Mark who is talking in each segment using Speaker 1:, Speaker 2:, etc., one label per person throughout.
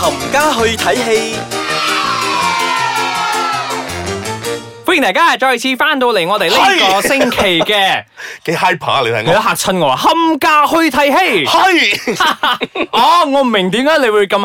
Speaker 1: 冚家去睇戲，
Speaker 2: 歡迎大家再次翻到嚟我哋呢個星期 嘅，
Speaker 3: 幾 hyper 啊你睇
Speaker 2: 你都
Speaker 3: 我，
Speaker 2: 嚇親我啊！冚家去睇戲，
Speaker 3: 係
Speaker 2: 哦，我唔明點解你會咁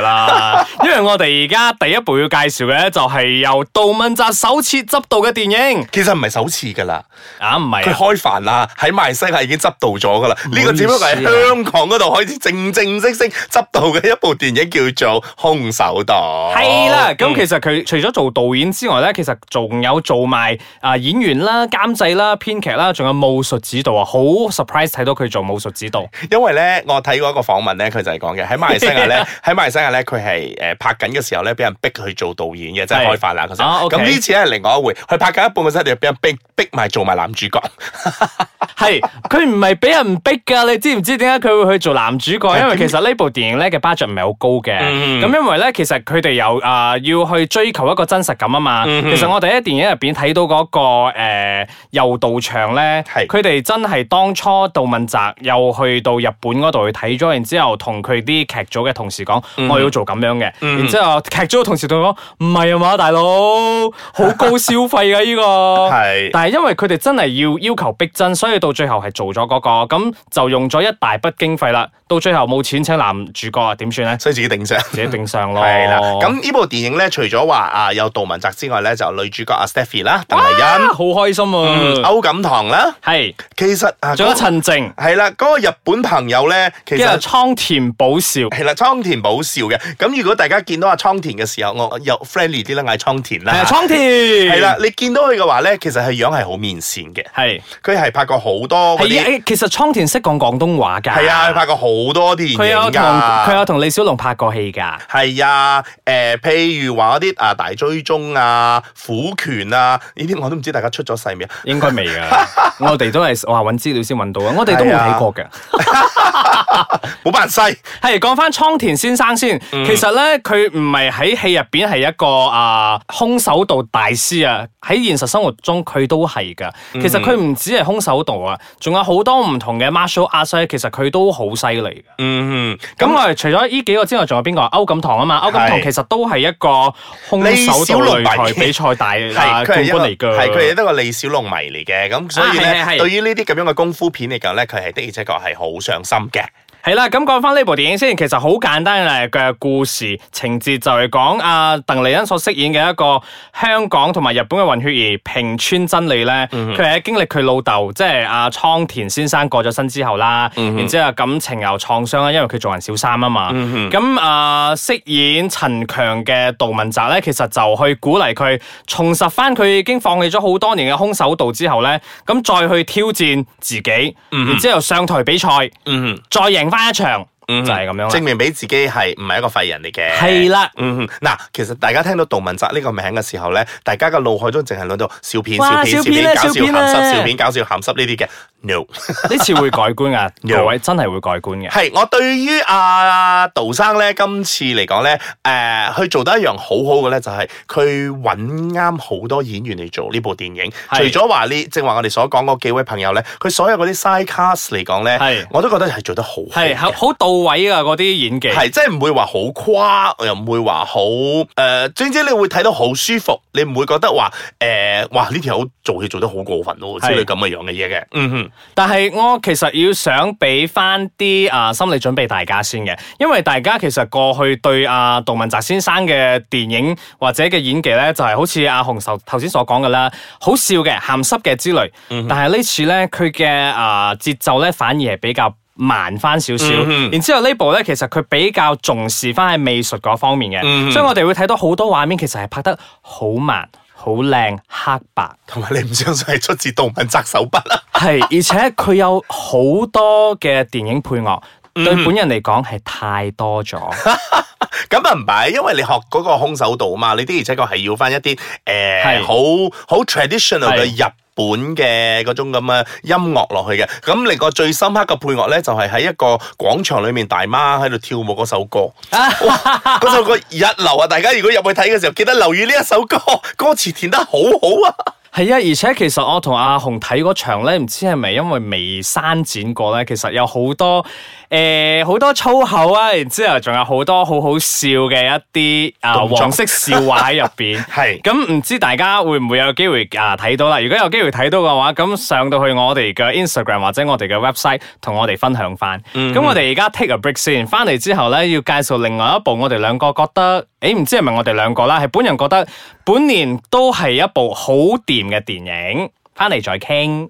Speaker 2: 啦，因為我哋而家第一部要介紹嘅就係由杜汶澤首次執導嘅電影
Speaker 3: 其實唔係首次㗎啦，
Speaker 2: 啊，唔係
Speaker 3: 佢
Speaker 2: 啊
Speaker 3: 開飯啦，喺馬來西亞已經執導咗㗎啦。呢個只不過係香港嗰度開始正正式式執導嘅一部電影叫做《空手道》。
Speaker 2: 係啦，咁
Speaker 3: 嗯
Speaker 2: 其實佢除咗做導演之外咧，其實仲有做埋啊演員啦、監製啦、編劇啦，仲有武術指導啊！好 surprise 睇到佢做武術指導，
Speaker 3: 因為咧，我睇過一個訪問咧，佢就係講嘅喺馬來西亞 咧，喺馬來西亞咧，佢係誒拍緊嘅時候咧，俾人逼去做導演嘅，即係
Speaker 2: 係
Speaker 3: 開飯啦嗰陣
Speaker 2: 啊，OK
Speaker 3: 咁呢次咧係另外一回，佢拍緊一半嘅時候，就俾人逼逼埋做埋男主角，
Speaker 2: 係佢唔係俾人逼㗎，你知唔知點解佢會去做男主角？因為其實呢部電影咧嘅 budget 唔係好高嘅，
Speaker 3: 嗯
Speaker 2: 咁因為咧其實佢哋有啊要去追求一個真實感啊嘛。
Speaker 3: 嗯
Speaker 2: 其實我哋喺電影入邊睇到嗰個誒柔道場咧，
Speaker 3: 係
Speaker 2: 佢哋真係當初杜汶澤又去到日本嗰度去睇咗，然之後同佢啲劇組嘅同事講，
Speaker 3: 嗯
Speaker 2: 我要做咁樣嘅，然之後劇組嘅同事同佢講唔係啊嘛，大佬好高消費啊㗎呢個。
Speaker 3: 係
Speaker 2: 但係因為佢哋真係要要求逼真，所以到最後係做咗嗰、個，咁就用咗一大筆經費啦。到最後冇錢請男主角啊，點算咧？
Speaker 3: 所以自己頂上。
Speaker 2: 自己頂上 咯。
Speaker 3: 係啦，咁呢部電影咧，除咗話啊有杜汶澤之外咧，就女主角阿 Stephy 啦、鄧麗
Speaker 2: 啊
Speaker 3: 欣、嗯
Speaker 2: 好開心啊！
Speaker 3: 歐錦棠啦，
Speaker 2: 係、
Speaker 3: 其實啊，
Speaker 2: 仲有
Speaker 3: 嗰
Speaker 2: 陳靜，
Speaker 3: 係啦，嗰個日本朋友咧，其
Speaker 2: 跟住
Speaker 3: 實。
Speaker 2: 倉田保昭。
Speaker 3: 係啊啦，倉田保笑嘅。咁如果大家見到阿倉田嘅時候，我又 friendly 啲啦，嗌倉田
Speaker 2: 係
Speaker 3: 啦
Speaker 2: 啊，。倉田。
Speaker 3: 係啦，，你見到佢嘅話咧，其實佢樣係好面善嘅。
Speaker 2: 係
Speaker 3: 佢係拍過好多嗰啲，
Speaker 2: 係啊，其實倉田識講廣東話㗎。
Speaker 3: 係啊，佢拍過好多啲
Speaker 2: 佢
Speaker 3: 電
Speaker 2: 有
Speaker 3: 影
Speaker 2: 同佢
Speaker 3: 㗎。
Speaker 2: 有同李小龍拍過戲㗎。
Speaker 3: 係啊，誒、譬如話嗰啲啊大追蹤啊、虎拳啊，呢啲我都唔知大家出咗世未啊。
Speaker 2: 應該 未㗎，我哋都係話揾資料先揾到啊！我哋都冇睇過㗎。
Speaker 3: 冇扮西，
Speaker 2: 係講翻倉田先生先，
Speaker 3: 嗯
Speaker 2: 其實咧佢唔係喺戲入邊係一個啊、空手道大師啊，喺現實生活中佢都係噶。
Speaker 3: 嗯
Speaker 2: 其實佢唔止係空手道啊，仲有好多唔同嘅 martial arts 咧，其實佢都好犀利嘅。
Speaker 3: 嗯
Speaker 2: 咁我哋除咗呢幾個之外，仲有邊個？歐錦棠啊嘛，歐錦棠
Speaker 3: 係
Speaker 2: 其實都係一個空手道擂台比賽大
Speaker 3: 哼，係佢
Speaker 2: 啊
Speaker 3: 係
Speaker 2: 冠
Speaker 3: 一
Speaker 2: 軍
Speaker 3: 個
Speaker 2: 嚟㗎。
Speaker 3: 係佢係一個李小龍迷嚟嘅，咁所以
Speaker 2: 啊係係
Speaker 3: 咧，
Speaker 2: 係
Speaker 3: 對於呢啲咁樣嘅功夫片嚟講咧，佢係的而且確係好上心嘅。
Speaker 2: 係啦，咁講翻呢部電影先，其實好簡單嘅嘅故事情節就係講阿鄧麗欣所飾演嘅一個香港同埋日本嘅混血兒平川真理咧，佢係喺經歷佢老豆即係阿倉田先生過咗身之後啦，然之後感情又創傷啦，因為佢做人小三啊嘛。咁啊飾演陳強嘅杜汶澤咧，其實就去鼓勵佢重拾翻佢已經放棄咗好多年嘅空手道之後咧，咁再去挑戰自己，然之後上台比賽。
Speaker 3: 嗯
Speaker 2: 再贏翻一場，就係咁樣
Speaker 3: 證
Speaker 2: 啦。
Speaker 3: 明俾自己係唔係一個廢人嚟嘅。
Speaker 2: 係啦
Speaker 3: 嗯哼，嗱，其實大家聽到杜汶澤呢個名嘅時候咧，大家嘅腦海中淨係諗到笑片、
Speaker 2: 哇
Speaker 3: 笑片、
Speaker 2: 笑
Speaker 3: 笑
Speaker 2: 片
Speaker 3: 片、搞笑、
Speaker 2: 啊笑片啊
Speaker 3: 鹹濕、笑片、搞笑、鹹濕呢啲嘅。No，
Speaker 2: 呢次會改觀 噶，
Speaker 3: 有
Speaker 2: 各位真係會改觀嘅。
Speaker 3: 係我對於阿杜生咧，今次嚟講咧，誒、佢做得一樣好好嘅咧，就係佢揾啱好多演員嚟做呢部電影。
Speaker 2: 係
Speaker 3: 除咗話呢，正話我哋所講嗰幾位朋友咧，佢所有嗰啲 side cast 嚟講
Speaker 2: 係
Speaker 3: 咧，我都覺得係做得好好
Speaker 2: 係
Speaker 3: 嘅。
Speaker 2: 好好到位噶嗰啲演技。
Speaker 3: 係，即係唔會話好誇，又唔會話好誒，呃總之你會睇到好舒服，你唔會覺得話誒、呃哇呢條友做嘢做得好過分咯，之
Speaker 2: 係
Speaker 3: 類咁嘅樣嘅嘢嘅。嗯哼，
Speaker 2: 但係我其實要想俾翻啲啊心理準備大家先嘅，因為大家其實過去對啊杜汶澤先生嘅電影或者嘅演技咧，就係、好似阿洪壽頭先所講嘅啦，好笑嘅、鹹濕嘅之類。但係呢次咧，佢嘅啊節奏咧反而係比較。慢翻少少，然之後呢部咧，其實佢比較重視翻喺美術嗰方面嘅，所以我哋會睇到好多畫面，其實係拍得好慢、好靚、黑白。
Speaker 3: 同埋你唔相信係出自杜汶澤手筆啊啦。
Speaker 2: 係，而且佢有好多嘅電影配樂，對本人嚟講係太多咗。
Speaker 3: 咁啊唔係，因為你學嗰個空手道啊嘛，你的而且確係要翻一啲誒
Speaker 2: 係
Speaker 3: 好好 traditional 嘅日本嘅嗰種咁嘅音樂落去嘅。咁另個最深刻嘅配樂咧，就係喺一個廣場裏面大媽喺度跳舞嗰首歌。哇嗰首歌一流啊！大家如果入去睇嘅時候，記得留意呢一首歌，歌詞填得好好啊！
Speaker 2: 係啊，而且其實我同阿紅睇嗰場咧，唔知係咪因為未刪剪過咧，其實有好多诶好多粗口啊，然之後仲有好多好好笑嘅一啲啊
Speaker 3: 動作
Speaker 2: 黃色笑話喺入邊。
Speaker 3: 係
Speaker 2: 咁唔知大家會唔會有機會啊睇到啦？如果有機會睇到嘅話，咁上到去我哋嘅 Instagram 或者我哋嘅 website 同我哋分享翻。咁、我哋而家 take a break 先，翻嚟之後咧要介紹另外一部我哋兩個覺得，誒唔知係咪我哋兩個啦，係本人覺得本年都係一部好掂嘅電影。翻嚟再傾。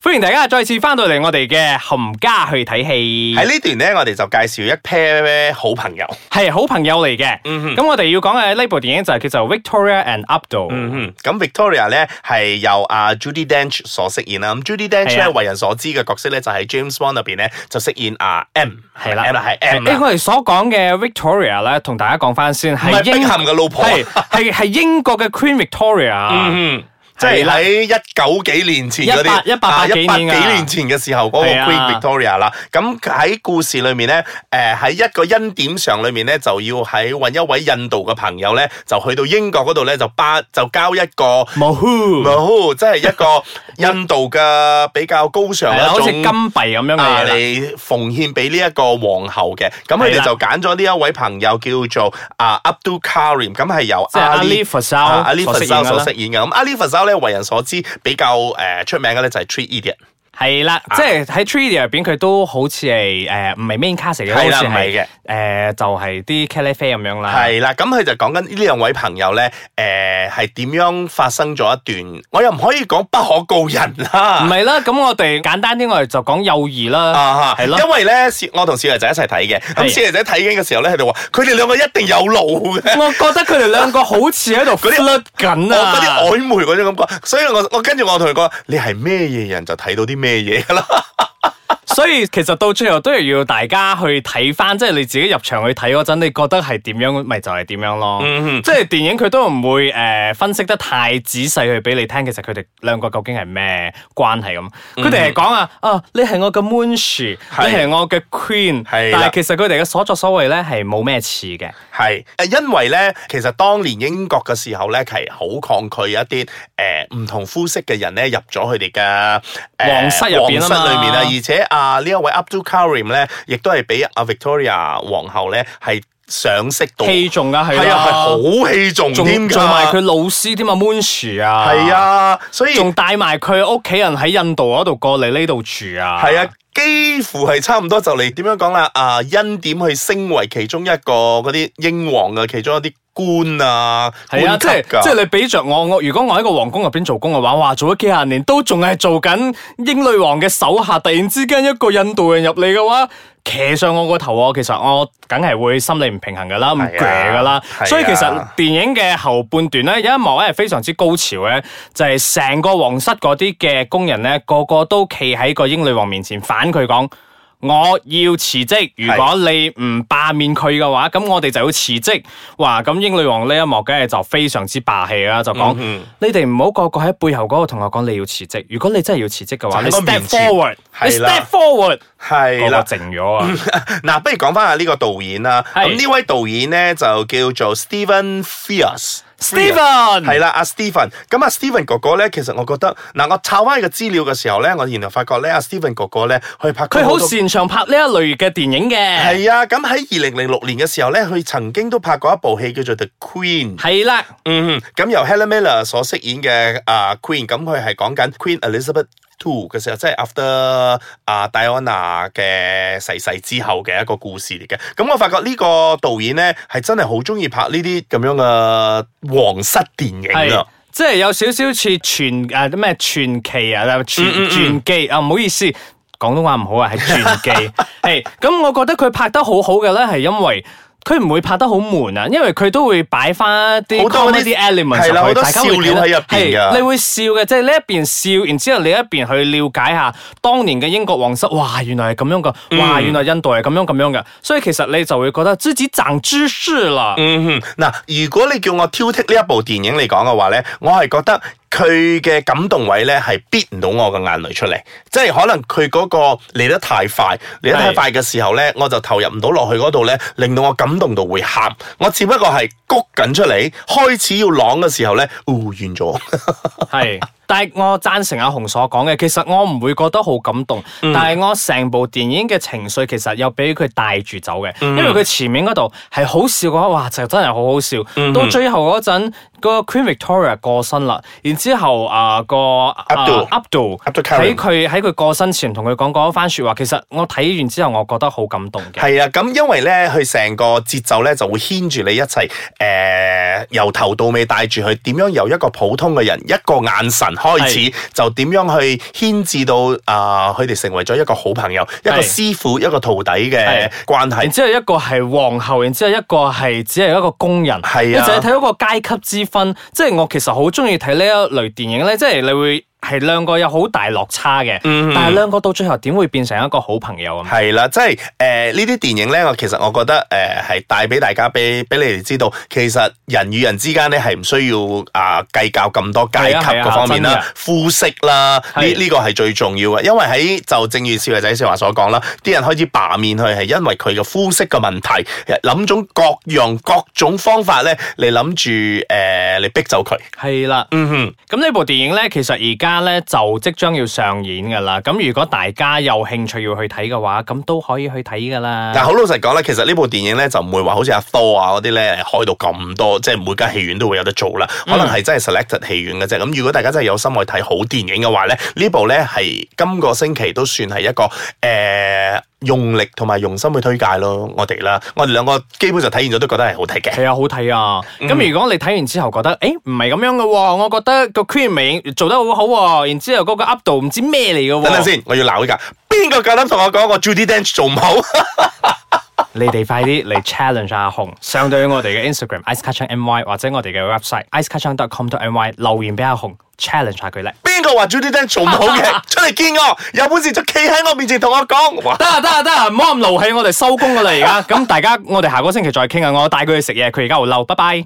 Speaker 2: 歡迎大家再次翻到嚟我哋嘅冚家去睇戲，
Speaker 3: 喺呢段咧，我哋就介紹一 pair 好朋友。
Speaker 2: 係好朋友嚟嘅。
Speaker 3: 嗯哼
Speaker 2: 咁我哋要講嘅呢部電影就係叫做 Victoria and Abdul。
Speaker 3: 嗯哼，咁 Victoria 咧係由阿 Judy Dench 所飾演啦。咁 Judy Dench
Speaker 2: 係啊
Speaker 3: 咧為人所知嘅角色咧就喺 James Bond 入邊咧就飾演阿 M，
Speaker 2: 係啦
Speaker 3: 係啦，係 M
Speaker 2: 誒，
Speaker 3: 啦，
Speaker 2: 我哋所講嘅 Victoria 咧，同大家講翻先，
Speaker 3: 唔係
Speaker 2: 係
Speaker 3: 碧
Speaker 2: 英
Speaker 3: 咸嘅老婆啊。
Speaker 2: 係係係英國嘅 Queen Victoria，
Speaker 3: 嗯哼，即係喺一九幾年前嗰啲，
Speaker 2: 一八
Speaker 3: 啊
Speaker 2: 一八幾
Speaker 3: 一百幾
Speaker 2: 年啊
Speaker 3: 年前嘅時候嗰個
Speaker 2: 係啊
Speaker 3: Queen Victoria 啦。咁喺故事裏面咧，誒喺一個恩典上裏面咧，就要喺揾一位印度嘅朋友咧，就去到英國嗰度咧，就巴就交一個。
Speaker 2: 冇 h
Speaker 3: 冇，即係一 個印度嘅比較高尚
Speaker 2: 係啦，
Speaker 3: 嘅
Speaker 2: 啊好似
Speaker 3: 一
Speaker 2: 金
Speaker 3: 種
Speaker 2: 幣咁樣嘅
Speaker 3: 啊
Speaker 2: 嘢啦。
Speaker 3: 嚟奉獻俾呢一個皇后嘅。咁佢
Speaker 2: 係啦
Speaker 3: 哋就揀咗呢一位朋友叫做啊 Abdul Karim，咁係由
Speaker 2: 即係阿
Speaker 3: Ali-
Speaker 2: Lee f a s
Speaker 3: 啊
Speaker 2: a
Speaker 3: Ali
Speaker 2: l 所
Speaker 3: f a s a
Speaker 2: 飾演嘅
Speaker 3: 所
Speaker 2: 啦
Speaker 3: 飾。演嘅。咁 Ali f a s a 咧為人所知比較誒出名嘅咧就係 Three Idiot，
Speaker 2: 係啦，
Speaker 3: 啊
Speaker 2: 即係喺 Treaty 入邊，佢都好似係誒唔係 main cast 嚟嘅，
Speaker 3: 係啦
Speaker 2: 好似
Speaker 3: 唔係嘅
Speaker 2: 誒就係啲 c a l i f e 咁樣啦。
Speaker 3: 係啦。咁佢就講緊呢兩位朋友咧，呃誒係點樣發生咗一段，我又唔可以講不可告人啦。
Speaker 2: 唔係啦，咁我哋簡單啲，我哋就講幼兒啦。
Speaker 3: 啊
Speaker 2: 係咯
Speaker 3: 因為咧，小我同小女仔一齊睇嘅，
Speaker 2: 係
Speaker 3: 咁小女仔睇緊嘅時候咧，佢哋話佢哋兩個一定有路嘅。
Speaker 2: 我覺得佢哋兩個好似喺度
Speaker 3: 嗰啲
Speaker 2: flirt 緊
Speaker 3: 我嗰啲
Speaker 2: 啊！
Speaker 3: 曖昧嗰種感覺，所以我我跟住我同佢講，你係咩嘢人就睇到啲咩嘢 噶啦。
Speaker 2: 所以其實到最後都係要大家去睇翻，即係你自己入場去睇嗰陣，你覺得係點樣，咪就係點樣咯。
Speaker 3: 嗯
Speaker 2: 即係電影佢都唔會誒、呃分析得太仔細去俾你聽，其實佢哋兩個究竟係咩關係咁？佢哋係講啊，啊你係我嘅 Moonshi，
Speaker 3: 嗯係
Speaker 2: 你係我嘅 Queen，
Speaker 3: 係
Speaker 2: 但
Speaker 3: 啦
Speaker 2: 係其實佢哋嘅所作所為咧係冇咩似嘅。
Speaker 3: 係，誒，因為咧，其實當年英國嘅時候咧，係好抗拒一啲誒唔同膚色嘅人咧入咗佢哋嘅誒
Speaker 2: 皇室入邊啊嘛
Speaker 3: 皇室裏面啊，而且啊呢一位 Abdul Karim 咧，亦都係俾阿 Victoria 皇后咧係賞識到，
Speaker 2: 器重啊，係
Speaker 3: 係啊，係
Speaker 2: 啊，
Speaker 3: 好器重
Speaker 2: 仲
Speaker 3: 添㗎，
Speaker 2: 仲埋佢老師添啊，Moonshi 啊，
Speaker 3: 係，啊，所以
Speaker 2: 仲帶埋佢屋企人喺印度嗰度過嚟呢度住啊，
Speaker 3: 係啊。幾乎係差唔多就嚟點樣講啦？啊，恩典去升為其中一個嗰啲英皇嘅其中一啲官啊，
Speaker 2: 系啊，
Speaker 3: 官級
Speaker 2: 即系
Speaker 3: 㗎
Speaker 2: 即系你俾着我，我如果我喺個皇宮入边做工嘅話，哇，做咗幾廿年都仲係做緊英女王嘅手下，突然之間一個印度人入嚟嘅話，騎上我個頭，我其實我梗係會心理唔平衡噶啦，唔
Speaker 3: 係啊
Speaker 2: 鋸噶啦，
Speaker 3: 係啊
Speaker 2: 所以其實電影嘅後半段咧，有一幕咧係非常之高潮嘅，就係成個皇室嗰啲嘅工人咧，個個都企喺個英女王面前反佢講。我要辭職，如果你唔罷免佢嘅話，咁我哋就要辭職。哇！咁英女王呢一幕，梗係就非常之霸氣啦，就講、
Speaker 3: 嗯
Speaker 2: 你哋唔好個個喺背後嗰個同學講你要辭職。如果你真係要辭職嘅話，你
Speaker 3: 就喺我
Speaker 2: step
Speaker 3: 面前
Speaker 2: forward，你
Speaker 3: 係啦
Speaker 2: step forward，
Speaker 3: 係
Speaker 2: 個個
Speaker 3: 啦。
Speaker 2: 靜咗啊！
Speaker 3: 嗱，不如講翻下呢個導演啦。
Speaker 2: 係
Speaker 3: 咁呢位導演咧就叫做 Steven Frears。
Speaker 2: Steven
Speaker 3: 係啦，阿 Steven。咁阿 Steven 哥哥咧，其實我覺得嗱，我抄翻佢嘅資料嘅時候咧，我原來發覺咧，阿 Steven 哥哥咧，佢拍過
Speaker 2: 佢好
Speaker 3: 多
Speaker 2: 擅長拍呢一類嘅電影嘅，
Speaker 3: 係啊。咁喺二零零六年嘅時候咧，佢曾經都拍過一部戲叫做 The Queen。
Speaker 2: 係啦，
Speaker 3: 嗯，咁由 Helen Miller 所飾演嘅啊 Queen，咁佢係講緊 Queen Elizabeth Two 嘅時候，即係 after 啊 Diana 嘅逝世之後嘅一個故事嚟嘅。咁我發覺呢個導演咧係真係好中意拍呢啲咁樣嘅皇室電影
Speaker 2: 係
Speaker 3: 啊。
Speaker 2: 即係有少少似傳誒咩傳奇啊，傳
Speaker 3: 嗯
Speaker 2: 傳記啊，唔好意思，廣東話唔好啊，係傳 記。係咁，我覺得佢拍得好好嘅咧，係因為。佢唔會拍得好悶啊，因為佢都會擺翻啲
Speaker 3: 好多嗰
Speaker 2: comedy
Speaker 3: 啲
Speaker 2: element
Speaker 3: 係啦
Speaker 2: 入去
Speaker 3: 好多
Speaker 2: 大家會
Speaker 3: 笑料喺入邊㗎
Speaker 2: 係你會笑嘅，即係呢一邊笑，然之後你一邊去了解下當年嘅英國皇室，哇，原來係咁樣㗎，
Speaker 3: 嗯
Speaker 2: 哇，原來印度係咁樣咁樣嘅，所以其實你就會覺得自己長知識啦。
Speaker 3: 嗯哼，嗱，如果你叫我挑剔呢一部電影嚟講嘅話咧，我係覺得佢嘅感動位咧係逼唔到我嘅眼淚出嚟，即係可能佢嗰個嚟得太快，嚟得太快嘅時候咧，我就投入唔到落去嗰度咧，令到我感動到會喊。我只不過係谷緊出嚟，開始要朗嘅時候咧，哦完咗。
Speaker 2: 系但係我贊成阿紅所講嘅，其實我唔會覺得好感動，但係我成部電影嘅情緒其實有俾佢帶住走嘅，因為佢前面嗰度係好笑嘅話，哇就真係好好笑。到最後嗰陣，個 Queen Victoria 過身啦，然之後啊個啊
Speaker 3: Abdul
Speaker 2: Abdul
Speaker 3: Abdul
Speaker 2: 喺
Speaker 3: Karim
Speaker 2: 佢喺佢過身前同佢講嗰一番説話，其實我睇完之後我覺得好感動嘅。
Speaker 3: 係啊，咁因為咧，佢成個節奏咧就會牽住你一齊，誒、由頭到尾帶住佢點樣由一個普通嘅人一個眼神開始，就點樣去牽至到啊，佢、哋成為咗一個好朋友，一個
Speaker 2: 係
Speaker 3: 師傅，一個徒弟
Speaker 2: 係
Speaker 3: 嘅關
Speaker 2: 然
Speaker 3: 係。
Speaker 2: 之後一個係皇后，然之後一個係只係一個工人，
Speaker 3: 係啊
Speaker 2: 你就係睇到個階級之分。即係我其實好中意睇呢一類電影咧，即係你會係兩個有好大落差嘅，
Speaker 3: 嗯
Speaker 2: 但係兩個到最後點會變成一個好朋友咁？
Speaker 3: 係啦，即係誒呢啲電影咧，我其實我覺得誒係帶俾大家俾俾你哋知道，其實人與人之間咧係唔需要啊計較咁多階級
Speaker 2: 係啊係啊
Speaker 3: 嗰方面
Speaker 2: 真
Speaker 3: 啦
Speaker 2: 嘅、
Speaker 3: 膚色啦，呢
Speaker 2: 係
Speaker 3: 呢個係最重要嘅，因為喺就正如少爺仔少華所講啦，啲人開始罷免佢係因為佢嘅膚色嘅問題，諗種各樣各種方法咧嚟諗住誒嚟逼走佢。
Speaker 2: 係啦，
Speaker 3: 嗯哼，
Speaker 2: 咁呢部電影咧，其實而家咧就即將要上演噶啦。咁如果大家有興趣要去睇嘅話，咁都可以去睇噶啦。
Speaker 3: 但好老實講咧，其實呢部電影咧就唔會話好似阿 Thor 啊嗰啲咧開到咁多，即係每間戲院都會有得做啦。可能係真係 selected 戲院嘅啫。咁如果大家真係有心去睇好電影嘅話咧，呢部咧係今個星期都算係一個誒、呃用力同埋用心去推介咯。我哋啦，我哋兩個基本上睇完咗都覺得係好睇嘅。
Speaker 2: 係啊，好睇啊！
Speaker 3: 嗯
Speaker 2: 咁、如果你睇完之後覺得，誒唔係咁樣嘅喎、我覺得個 Queen 名做得好好、喎，然之後嗰個 up 度唔知咩嚟嘅喎。
Speaker 3: 等等，先，我要鬧依架，邊個夠膽同我講我 Judy Dench 做唔好？
Speaker 2: 你哋快啲嚟 challenge 阿紅，上到我哋嘅 Instagram i c e c a t c h n my 或者我哋嘅 website i c e c a t c h n c o m my 留言俾阿紅 challenge 下佢咧。
Speaker 3: 邊個話 Judy Dench 做唔好嘅？出嚟見我，有本事就企喺我面前同我講。哇
Speaker 2: 得啊得啊得啊，唔 好咁勞氣，我哋收工噶啦而家。咁大家我哋下個星期再傾啊，我帶佢去食嘢，佢而家好嬲，拜拜。